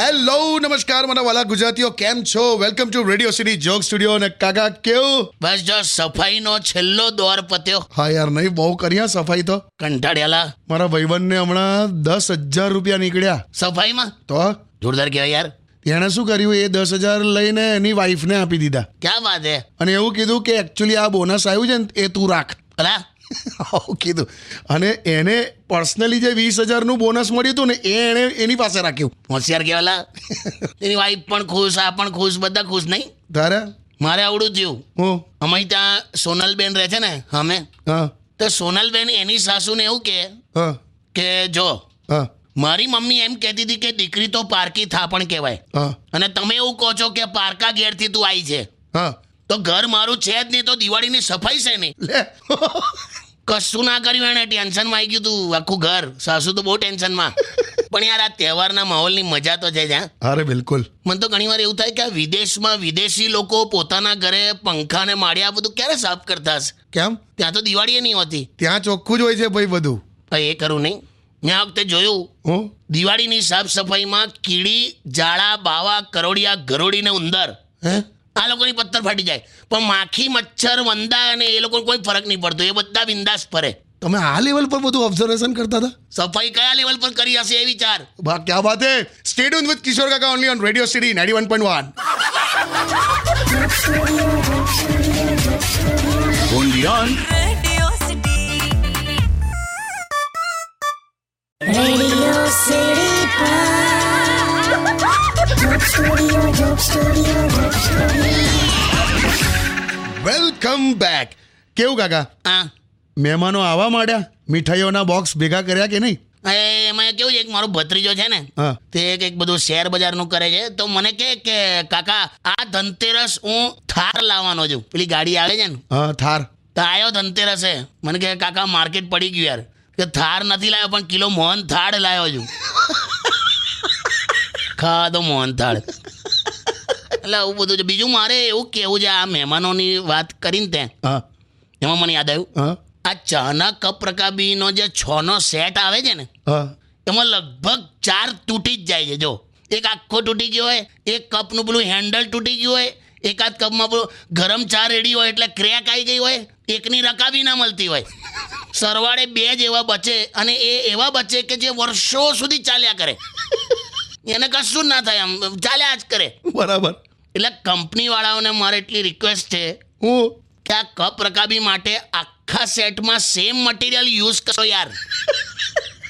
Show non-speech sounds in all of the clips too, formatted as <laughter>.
Hello નમસ્કાર મારા વાલા ગુજરાતીઓ કેમ છો welcome to Radio City joke studio અને કાકા કેવું બસ જો સફાઈનો છેલ્લો દોર પત્યો હા યાર નહીં બહુ કર્યા સફાઈ તો કંટાળ્યાલા મારા ભાઈબંધને હમણાં દસ હજાર રૂપિયા નીકળ્યા સફાઈમાં તો જોરદાર કહેવાય યાર એણે શું કર્યું એ દસ હજાર લઈને એની વાઈફને આપી દીધા ક્યાં વાત હે અને એવું કીધું કે એકચ્યુઅલી આ બોનસ આવ્યું છે ને એ તું રાખ <laughs> અલા આવું કીધું અને એને પર્સનલી જે વીસ હજારનું બોનસ મળ્યું હતું ને એ એણે એની પાસે રાખ્યું <laughs> હોશિયાર કહેવાલા એની વાઈફ પણ ખુશ આ પણ ખુશ બધા ખુશ નહીં તારે મારે આવડું થયું હું અમારી ત્યાં સોનલબેન રહે છે ને અમે હા તો સોનલબેન એની સાસુને એવું કહે હા કે જો હા મારી મમ્મી એમ કહેતી હતી કે દીકરી તો પારકી થાપણ કહેવાય હા અને તમે એવું કહો છો કે પારકા ઘેરથી તું આવી છે હા તો ઘર મારું છે જ નહીં તો દિવાળીની સફાઈ છે નહીં લે <laughs> કશું ના કર્યું એને ટેન્શનમાં આવી ગયું તું આખું ઘર સાસુ તો બહુ ટેન્શનમાં પણ યાર આ તહેવારના માહોલની મજા તો છે જ હા અરે બિલકુલ મને તો ઘણીવાર એવું થાય કે આ વિદેશમાં વિદેશી લોકો પોતાના ઘરે પંખા ને માળિયા બધું ક્યારે સાફ કરતા હશે કેમ ત્યાં તો દિવાળી નહીં હોતી ત્યાં ચોખ્ખું જ હોય છે ભાઈ બધું હા, એ કરું નહીં મેં આ વખતે જોયું હું દિવાળીની સાફ સફાઈમાં કીડી જાળા બાવા કરોડિયા ગરોડી ને ઉંદર હે આ લોકોની પથ્થર ફાટી જાય પણ માખી મચ્છર વંદા અને એ લોકોને કોઈ ફરક નહીં પડતો એ બધા બિંદાસ ફરે તમે આ લેવલ પર બધું ઓબ્ઝર્વેશન કરતા હતા સફાઈ કયા લેવલ પર કરી હશે એ વિચાર વાહ ક્યા વાત હે stadium with Kishore Kaka only on Radio City ninety one point one Radio City. Radio City. Welcome back કેવું કાકા હા મહેમાનો આવવા માંડ્યા મીઠાઈઓના બોક્સ ભેગા કર્યા કે નહીં એ એમાં કેવું છે કે મારો ભત્રીજો છે ને હા તે કંઈક બધું શેર બજારનું કરે છે તો મને કહે કે કાકા આ ધનતેરસ હું થાર લાવવાનો છું પેલી ગાડી આવે છે ને હા થાર તો આવ્યો ધનતેરસે મને કહે કાકા માર્કેટ પડી ગયું યાર કે થાર નથી લાવ્યો પણ કિલો મોહન થાળ લાવ્યો છું <laughs> ખા તો મોહન થાળ એટલે આવું બધું છે બીજું મારે એવું કહેવું છે આ મહેમાનોની વાત કરીને તે હા એમાં મને યાદ આવ્યું હા આ ચાના કપ રકાબીનો જે છનો સેટ આવે છે ને હા એમાં લગભગ ચાર તૂટી જ જાય છે જો એક આખો તૂટી ગયો હોય એક કપનું પેલું હેન્ડલ તૂટી ગયું હોય એકાદ કપમાં પેલું ગરમ ચા રેડી હોય એટલે ક્રેક આવી ગઈ હોય એકની રકાબી ના મળતી હોય સરવાળે બે જ એવા બચે અને એ એવા બચે કે જે વર્ષો સુધી ચાલ્યા કરે એને કશું જ ના થાય આમ ચાલ્યા જ કરે બરાબર એટલે કંપનીવાળાઓને મારે એટલી રિક્વેસ્ટ છે હું કે આ કપ રકાબી માટે આખા સેટમાં સેમ મટીરિયલ યુઝ કરો યાર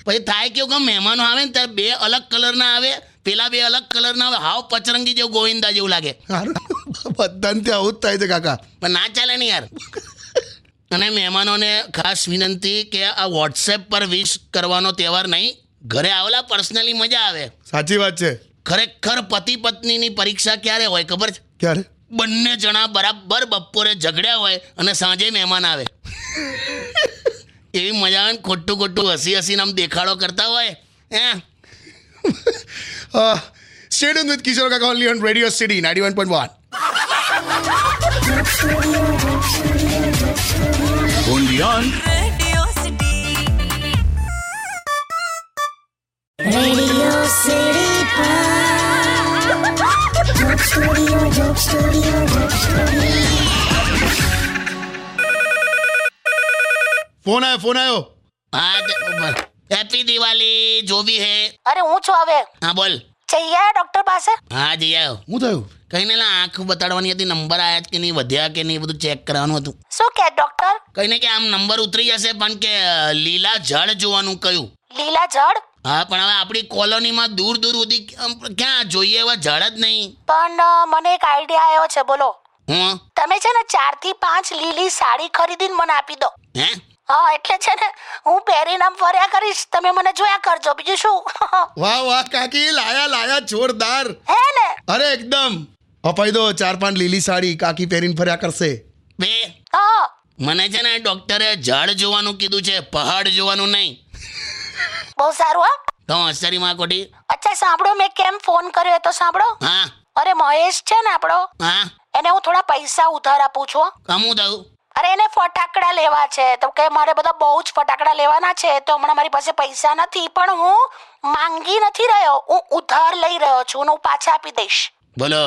પછી થાય કેવું કે મહેમાનો આવે ને ત્યારે બે અલગ કલરના આવે પેલા બે અલગ કલરના આવે હાવ પચરંગી જેવું ગોવિંદા જેવું લાગે હારું. બધાને ત્યાં આવું જ થાય છે કાકા પણ ના ચાલે ને યાર અને મહેમાનોને ખાસ વિનંતી કે આ વોટ્સએપ પર વિશ કરવાનો તહેવાર નહીં ઘરે આવેલા પર્સનલી મજા આવે સાચી વાત છે ખરેખર પતિ પત્નીની પરીક્ષા ક્યારે હોય ખબર છે ક્યારે બંને જણા બરાબર બપોરે ઝઘડ્યા હોય અને સાંજે મહેમાન આવે એવી મજા આવે ને ખોટું ખોટું હસી હસીને આમ દેખાડો કરતા હોય હે stadium with Kishore Kaka only on Radio City ninety one point one Radio City. Radio City. Phone આવ્યો ફોન આવ્યો હા હેપી દિવાળી જોવી હે અરે હું છું હવે હા બોલ જઈએ ડોક્ટર પાસે હા જઈ આવ્યો હું થયું કહીને એટલે આંખ બતાડવાની હતી નંબર આવ્યા જ કે નહીં વધ્યા કે નહીં એ બધું ચેક કરવાનું હતું શું કે ડોક્ટર કહીને કે આમ નંબર ઉતરી જશે પણ કે અ, લીલા જળ જોવાનું કહ્યું લીલા જળ હા પણ હવે આપણી કોલોનીમાં દૂર દૂર સુધી આમ ક્યાં જોઈએ એવા જળ જ નહીં પણ અ, મને એક આઈડિયા આવ્યો છે બોલો હું તમે છે ને ચાર થી પાંચ લીલી સાડી ખરીદીને મને આપી દો હે હા એટલે છે ને હું પહેરીને આમ ફર્યા કરીશ તમે મને જોયા કરજો બીજું શું <laughs> વાહ વાહ કાકી લાયા લાયા જોરદાર હે ને અરે એકદમ અપાઈ દો ચાર પાંચ લીલી સાડી કાકી પહેરીને ફર્યા કરશે બે હા મને છે ને ડોક્ટરે ઝાડ જોવાનું કીધું છે પહાડ જોવાનું નહીં બહુ સારું હા તો આશ્ચર્યમાં કોટી અચ્છા સાંભળો મેં કેમ ફોન કર્યો એ તો સાંભળો હા અરે મહેશ છે ને આપણો હા એને હું થોડા પૈસા ઉધાર આપું છું હો. કમું થયું અરે એને ફટાકડા લેવા છે તો કે મારે બધા બહુ જ ફટાકડા લેવાના છે તો હમણાં મારી પાસે પૈસા નથી પણ હું માંગી નથી રહ્યો હું ઉધાર લઈ રહ્યો છું અને હું પાછા આપી દઈશ બોલો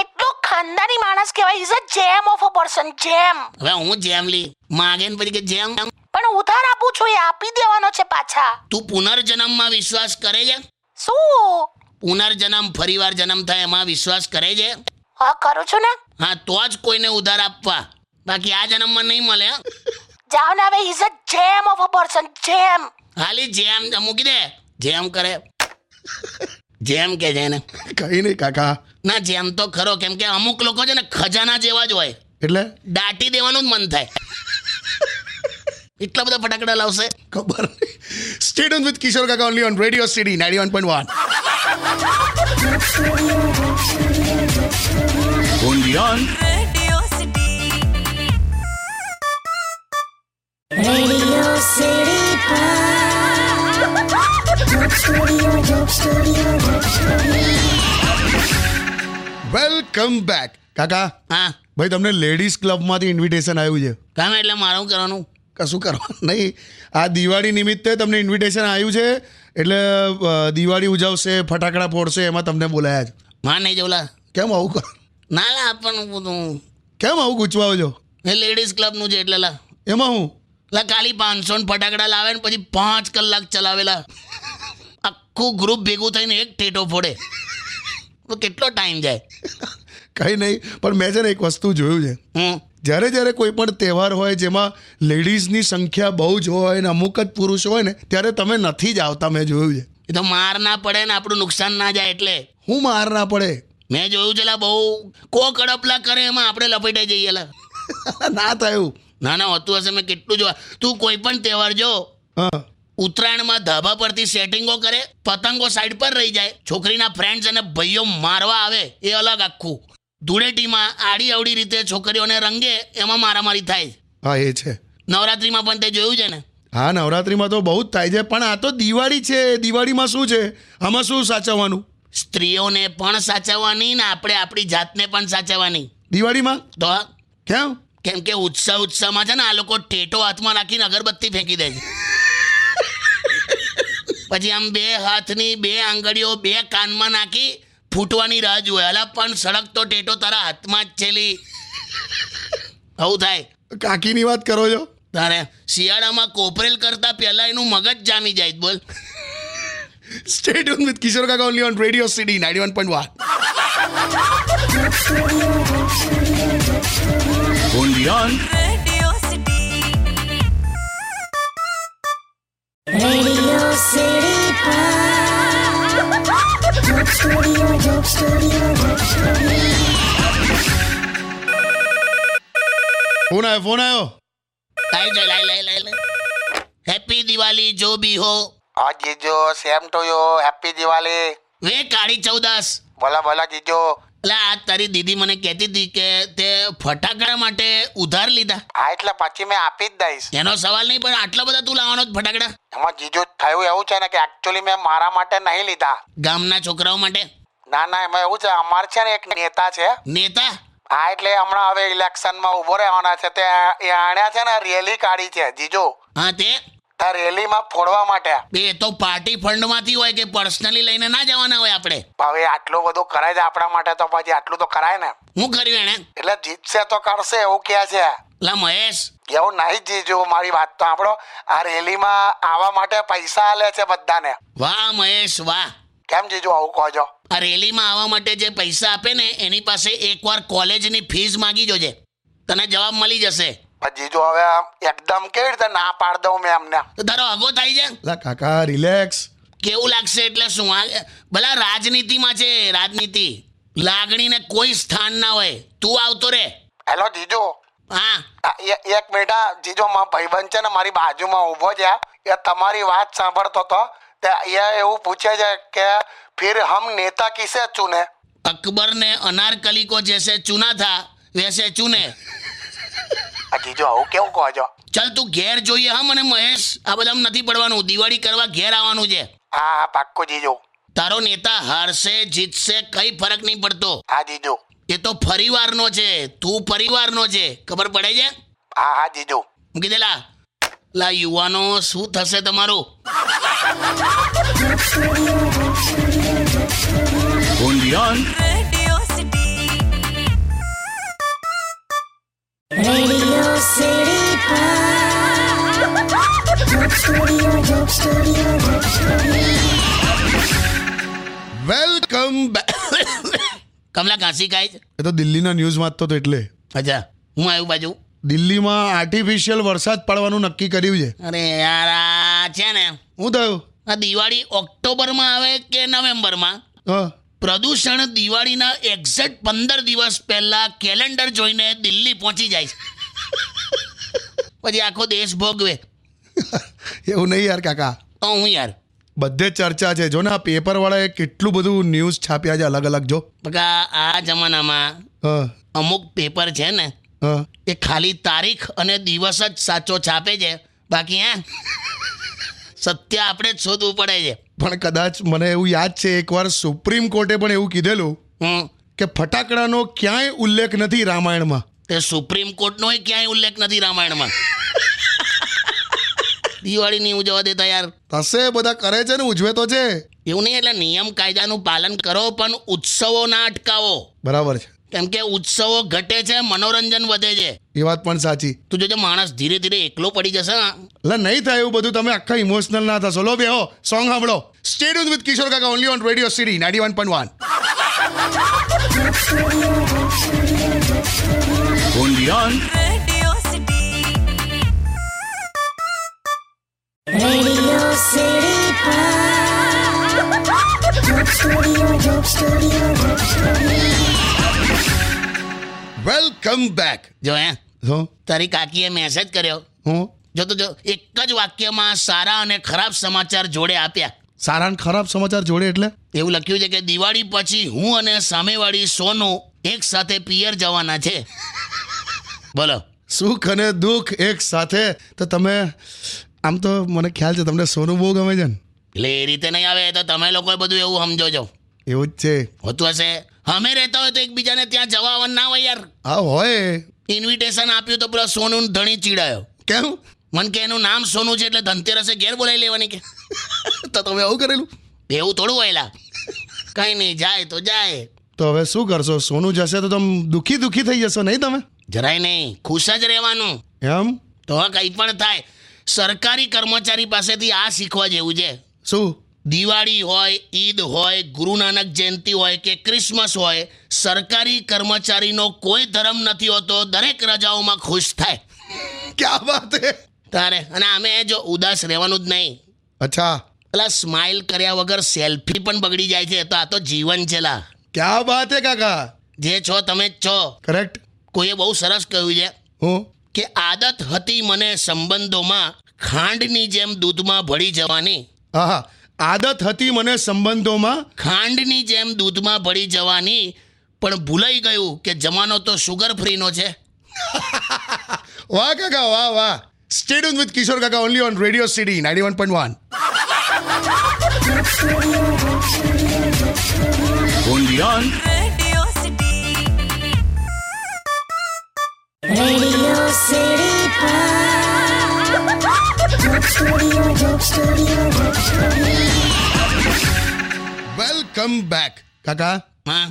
કેટલો ખાનદાની માણસ કહેવાય is a gem of a person જેમ હવે હું જેમ લી માગે ને પછી કે જેમ પણ ઉધાર આપું છું એ આપી દેવાનો છે પાછા તું પુનર્જન્મમાં વિશ્વાસ કરે છે શું પુનર્જન્મ ફરીવાર જન્મ થાય એમાં વિશ્વાસ કરે છે હા કરું છું ને હા તો જ કોઈને ઉધાર આપવા બાકી આ જન્મમાં નહીં મળે હા. જાઓ ને હવે is a gem of a person જેમ હાલી જેમ મૂકી દે જેમ કરે જેમ કે છે એને કંઈ નહીં કાકા ના જેમ તો ખરો કેમ કે અમુક લોકો છે ને ખજાના જેવા જ હોય એટલે દાટી દેવાનું જ મન થાય એટલા બધા ફટાકડા લાવશે ખબર નહીં stadium with Kishore Kaka only on Radio City ninety one point one Radio City. Radio City. Welcome back Kaka હા ભાઈ તમને લેડીઝ ક્લબમાંથી ઇન્વિટેશન આવ્યું છે કામ એટલે મારું કરવાનું કશું કરવાનું નહીં આ દિવાળી નિમિત્તે તમને ઇન્વિટેશન આવ્યું છે એટલે અ, દિવાળી ઉજવશે ફટાકડા ફોડશે એમાં તમને બોલાયા છે માં નહીં જવલા કેમ આવું કરો ના લા આપવાનું બધું કેમ આવું ગૂંચવાઓ છો એ લેડીઝ ક્લબનું છે એટલે લા એમાં હું લા ખાલી પાંચસો ને ફટાકડા લાવે ને પછી પાંચ કલાક ચલાવેલા આખું ગ્રુપ ભેગું થઈને એક ટેટો ફોડે તો કેટલો ટાઈમ જાય કંઈ નહીં પણ મેં છે ને એક વસ્તુ જોયું છે હમ જ્યારે જ્યારે કોઈ પણ તહેવાર હોય જેમાં લેડીઝની સંખ્યા બહુ જ હોય ને અમુક જ પુરુષ હોય ને ત્યારે તમે નથી જ આવતા મેં જોયું છે એ તો માર ના પડે ને આપણું નુકસાન ના જાય એટલે હું માર ના પડે <laughs> મેં જોયું છે લા બહુ કો કડપલા કરે એમાં આપણે લપેટાઈ જઈએ લા ના થયું ના ના હોતું હશે મેં કેટલું જોવા તું કોઈ પણ તહેવાર જો હા ઉત્તરાયણમાં ધાબા પરથી સેટિંગો કરે પતંગો સાઈડ પર રહી જાય છોકરીના ફ્રેન્ડ્સ અને ભાઈઓ મારવા આવે એ અલગ આખું ધૂળેટીમાં આડી અવડી રીતે છોકરીઓને રંગે એમાં મારામારી થાય છે. હા એ છે નવરાત્રિમાં પણ તે જોયું છે ને હા નવરાત્રિમાં તો બહુ જ થાય છે પણ આ તો દિવાળી છે દિવાળીમાં શું છે આમાં શું સાચવવાનું સ્ત્રીઓને પણ સાચવવાની ને આપણે આપણી જાતને પણ સાચવવાની દિવાળીમાં તો આ કેમ કેમ કે ઉત્સાહ ઉત્સાહમાં છે ને આ લોકો ટેટો હાથમાં રાખીને અગરબત્તી ફેંકી દે છે પછી આમ બે હાથની બે આંગળીઓ બે કાનમાં નાખી ફૂટવાની રાહ જુએ અલા પણ સળગતો ટેટો તારા હાથમાં જ છેલી આવું થાય કાકીની વાત કરો છો તારે શિયાળામાં કોપરેલ કરતા પહેલા એનું મગજ જામી જાય છે, બોલ state with Kishore Kaka only on Radio City ninety one point one Radio City. Radio City. Phone આવ્યો ફોન આવ્યો લાઈ જાય લાઈ લાઈ લાઈ લાઈ હેપી દિવાળી જો બી હો હા જીજો same to you happy Diwali વે કાળી ચૌદાસ બોલો બોલો જીજો એટલે આ તારી દીદી મને કહેતી હતી કે તે ફટાકડા માટે ઉધાર લીધા હા એટલે પછી મેં આપી જ દઈશ એનો સવાલ નહીં પણ આટલા બધા તું લાવવાનો જ ફટાકડા એમાં જીજો થયું એવું છે ને કે એકચ્યુઅલી મેં મારા માટે નહીં લીધા ગામના છોકરાઓ માટે ના ના એમાં એવું છે અમારે છે ને એક નેતા છે નેતા હા એટલે હમણાં હવે ઇલેક્શનમાં ઊભો રહેવાના છે તે એ આણ્યા છે ને રેલી કાઢી છે જીજો હા તે તો રેલીમાં ફોડવા માટે બે એ તો પાર્ટી ફંડમાંથી હોય કે પર્સનલી લઈને ના જવાના હોય આપણે હવે આટલું બધું કરાય છે આપણા માટે તો પછી આટલું તો કરાય ને હું કર્યું એણે એટલે જીતશે તો કરશે એવું કહે છે લા મહેશ એવું નહીં જીજો મારી વાત તો આપણો આ રેલીમાં આવવા માટે પૈસા આલે છે બધાને વાહ મહેશ વાહ કેમ જીજુ આવું કહો છો આ રેલીમાં આવવા માટે જે પૈસા આપે ને એની પાસે એકવાર કોલેજની ફીસ માગી જોજે તને જવાબ મળી જશે પણ જીજુ હવે આમ એકદમ કેવી રીતે ના પાડ દઉં મેં એમને તો તારો અગો થાય છે લા કાકા રિલેક્સ કેવું લાગશે એટલે શું આ- ભલા રાજનીતિમાં છે રાજનીતિ લાગણીને કોઈ સ્થાન ના હોય તું આવતો રે હેલો જીજુ હા આ એ- એક મિનિટ હા. જીજુ મારો ભાઈબંધ છે ને મારી બાજુમાં ઊભો છે એ તમારી વાત સાંભળતો હતો તે એ એવું પૂછે છે કે ફિર હમ નેતા કિસે ચુને અકબર ને અનારકલી કો જૈસે ચુના થા વૈસે ચુને આ જીજુ આવું કેવું કહો છો ચલ તું ઘેર જોઈએ હા મને મહેશ આ બધામાં નથી પડવાનું દિવાળી કરવા ઘેર આવવાનું છે હા હા પાક્કું જીજુ તારો નેતા હારશે જીતશે કઈ ફરક નહીં પડતો હા જીજુ એ તો ફરીવારનો છે તું પરિવારનો છે ખબર પડે છે હા હા જીજુ મૂકી દેલા લા યુવાનો શું થશે તમારું <coughs> Radio City. Radio City. Welcome back કમલા ઘાસી ખાય છે એ તો દિલ્હીના ન્યૂઝમાં તો એટલે અચ્છા હું આવ્યું બાજુ દિલ્હીમાં આર્ટિફિશિયલ વરસાદ પડવાનું નક્કી કર્યું છે અરે યાર આ છે ને શું થયું આ દિવાળી ઓક્ટોબરમાં આવે કે નવેમ્બરમાં હા પ્રદૂષણ દિવાળીના એક્ઝેક્ટ પંદર દિવસ પહેલા કેલેન્ડર જોઈને દિલ્હી પહોંચી જાય છે પછી આખો દેશ ભોગવે એવું નહીં યાર કાકા તો હું યાર બધે જ ચર્ચા છે જો ને આ પેપરવાળાએ કેટલું બધું ન્યૂઝ છાપ્યા છે અલગ અલગ જો બકા આ જમાનામાં હા અમુક પેપર છે ને હા એ ખાલી તારીખ અને દિવસ જ સાચો છાપે છે બાકી હે સત્ય આપણે જ શોધવું પડે છે પણ કદાચ મને એવું યાદ છે એકવાર સુપ્રીમ કોર્ટે પણ એવું કીધેલું હમ કે ફટાકડાનો ક્યાંય ઉલ્લેખ નથી રામાયણમાં તે સુપ્રીમ કોર્ટનો ક્યાંય ઉલ્લેખ નથી રામાયણમાં દિવાળીની ઉજવવા દેતા યાર તસે બધા કરે છે ને ઉજવે તો છે એવું નહીં એટલે નિયમ કાયદાનું પાલન કરો પણ ઉત્સવો ના અટકાવો બરાબર છે કેમ કે ઉત્સવો ઘટે છે મનોરંજન વધે છે એ વાત પણ સાચી તું જોજે માણસ ધીરે ધીરે એકલો પડી જશે હા. એટલે નહીં થાય એવું બધું તમે આખા ઇમોશનલ ના થશો લો બેહો સોંગ સાંભળો stayed with Kishore Kaka only on Radio City ninety one point one Radio City. Radio City. Welcome back જો હે હું તારી કાકીએ મેસેજ કર્યો હું જો તો જો એક જ વાક્યમાં સારા અને ખરાબ સમાચાર જોડે આપ્યા સારા અને ખરાબ સમાચાર જોડે એટલે એવું લખ્યું છે કે દિવાળી પછી હું અને સામેવાળી સોનુ એક સાથે પિયર જવાના છે બોલો સુખ અને દુઃખ એક સાથે તો તમે આમ તો મને ખ્યાલ છે તમને સોનું બહુ ગમે છે ને એટલે એ રીતે નહીં આવે તો તમે લોકોએ બધું એવું સમજો છો એવું જ છે હોતું હશે અમે રહેતા હોય તો એકબીજાને ત્યાં જવા આવવાનું ના હોય યાર આ હોય ઇન્વિટેશન આપ્યું તો પેલો સોનુ ધણી ચીડાયો કેમ મન કે એનું નામ સોનું છે એટલે ધનતેરસે ઘેર બોલાવી લેવાની કે તો તમે આવું કરેલું એવું થોડું વહેલા કંઈ નહીં જાય તો જાય તો હવે શું કરશો સોનું જશે તો તમે દુઃખી દુઃખી થઈ જશો નહીં તમે જરાય નહીં ખુશ જ રહેવાનું એમ તો આ કંઈ પણ થાય સરકારી કર્મચારી પાસેથી આ શીખવા જેવું છે શું દિવાળી હોય ઈદ હોય ગુરુ નાનક જયંતિ હોય કે ક્રિસમસ હોય સરકારી કર્મચારીનો કોઈ ધર્મ નથી હોતો દરેક રજાઓમાં ખુશ થાય ક્યાં વાત હે તારે અને અમે જો ઉદાસ રહેવાનું જ નહીં અચ્છા પેલા સ્માઇલ કર્યા વગર સેલ્ફી પણ બગડી જાય છે તો આ તો જીવન છે લા ક્યાં વાત હે કાકા જે છો તમે જ છો કરેક્ટ કોઈએ બહુ સરસ કહ્યું છે હું કે આદત હતી મને સંબંધોમાં ખાંડની જેમ દૂધમાં ભળી જવાની આહા આદત હતી મને સંબંધોમાં ખાંડની જેમ દૂધમાં ભળી જવાની પણ ભૂલાઈ ગયું કે જમાનો તો સુગર ફ્રીનો છે વાહ કાકા વાહ વાહ stadium with Kishore Kaka only on Radio City ninety one point one Radio City. Radio City. Welcome back Kaka હા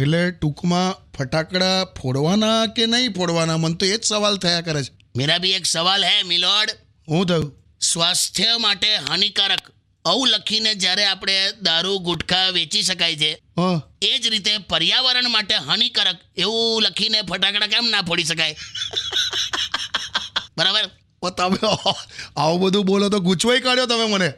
એટલે ટૂંકમાં ફટાકડા ફોડવાના કે નહીં ફોડવાના મને તો એ જ સવાલ થયા કરે છે મેરા ભી એક સવાલ હે મિલોડ હું થયું સ્વાસ્થ્ય માટે હાનિકારક આવું લખીને જ્યારે આપણે દારૂ ગુટખા વેચી શકાય છે હા એ જ રીતે પર્યાવરણ માટે હાનિકારક એવું લખીને ફટાકડા કેમ ના ફોડી શકાય બરાબર ઓ તમે આવું બધું બોલો તો ગૂંચવાઈ કાઢ્યો તમે મને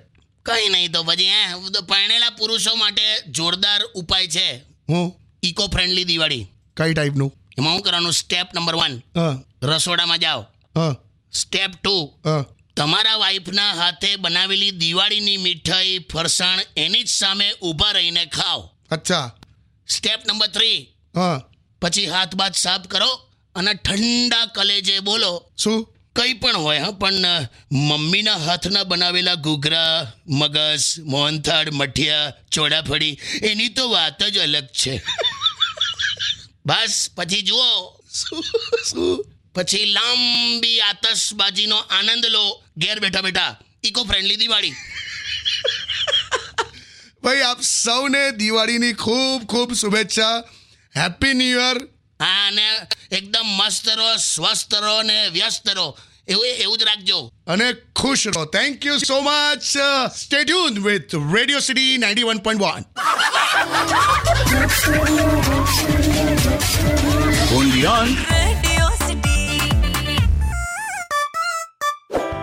કંઈ નહીં તો પછી હે તો પરણેલા પુરુષો માટે જોરદાર ઉપાય છે હું ઇકો ફ્રેન્ડલી દિવાળી કઈ ટાઈપનું એમાં હું કરવાનું સ્ટેપ નંબર વન હા રસોડામાં જાઓ હા સ્ટેપ ટુ હા તમારા વાઈફના હાથે બનાવેલી દિવાળીની મીઠાઈ ફરસાણ એની જ સામે ઊભા રહીને ખાઓ અચ્છા સ્ટેપ નંબર થ્રી હા પછી હાથ બાથ સાફ કરો અને ઠંડા કલેજે બોલો શું કંઈ પણ હોય હા પણ અ, મમ્મીના હાથના બનાવેલા ઘૂઘરા મગસ મોહનથાળ મઠિયા ચોડાફળી એની તો વાત જ અલગ છે બસ પછી જુઓ શું શું પછી લાંબી આતશબાજીનો આનંદ લો ઘેર બેઠા બેઠા ઇકો ફ્રેન્ડલી દિવાળી ભાઈ આપ સૌને દિવાળીની ખૂબ ખૂબ શુભેચ્છા હેપી ન્યૂ યર હા અને એકદમ મસ્ત રહો સ્વસ્થ રહો ને વ્યસ્ત રહો એવું એવું જ રાખજો અને ખુશ રહો thank you so much stay tune with Radio City ninety one point one Radio City.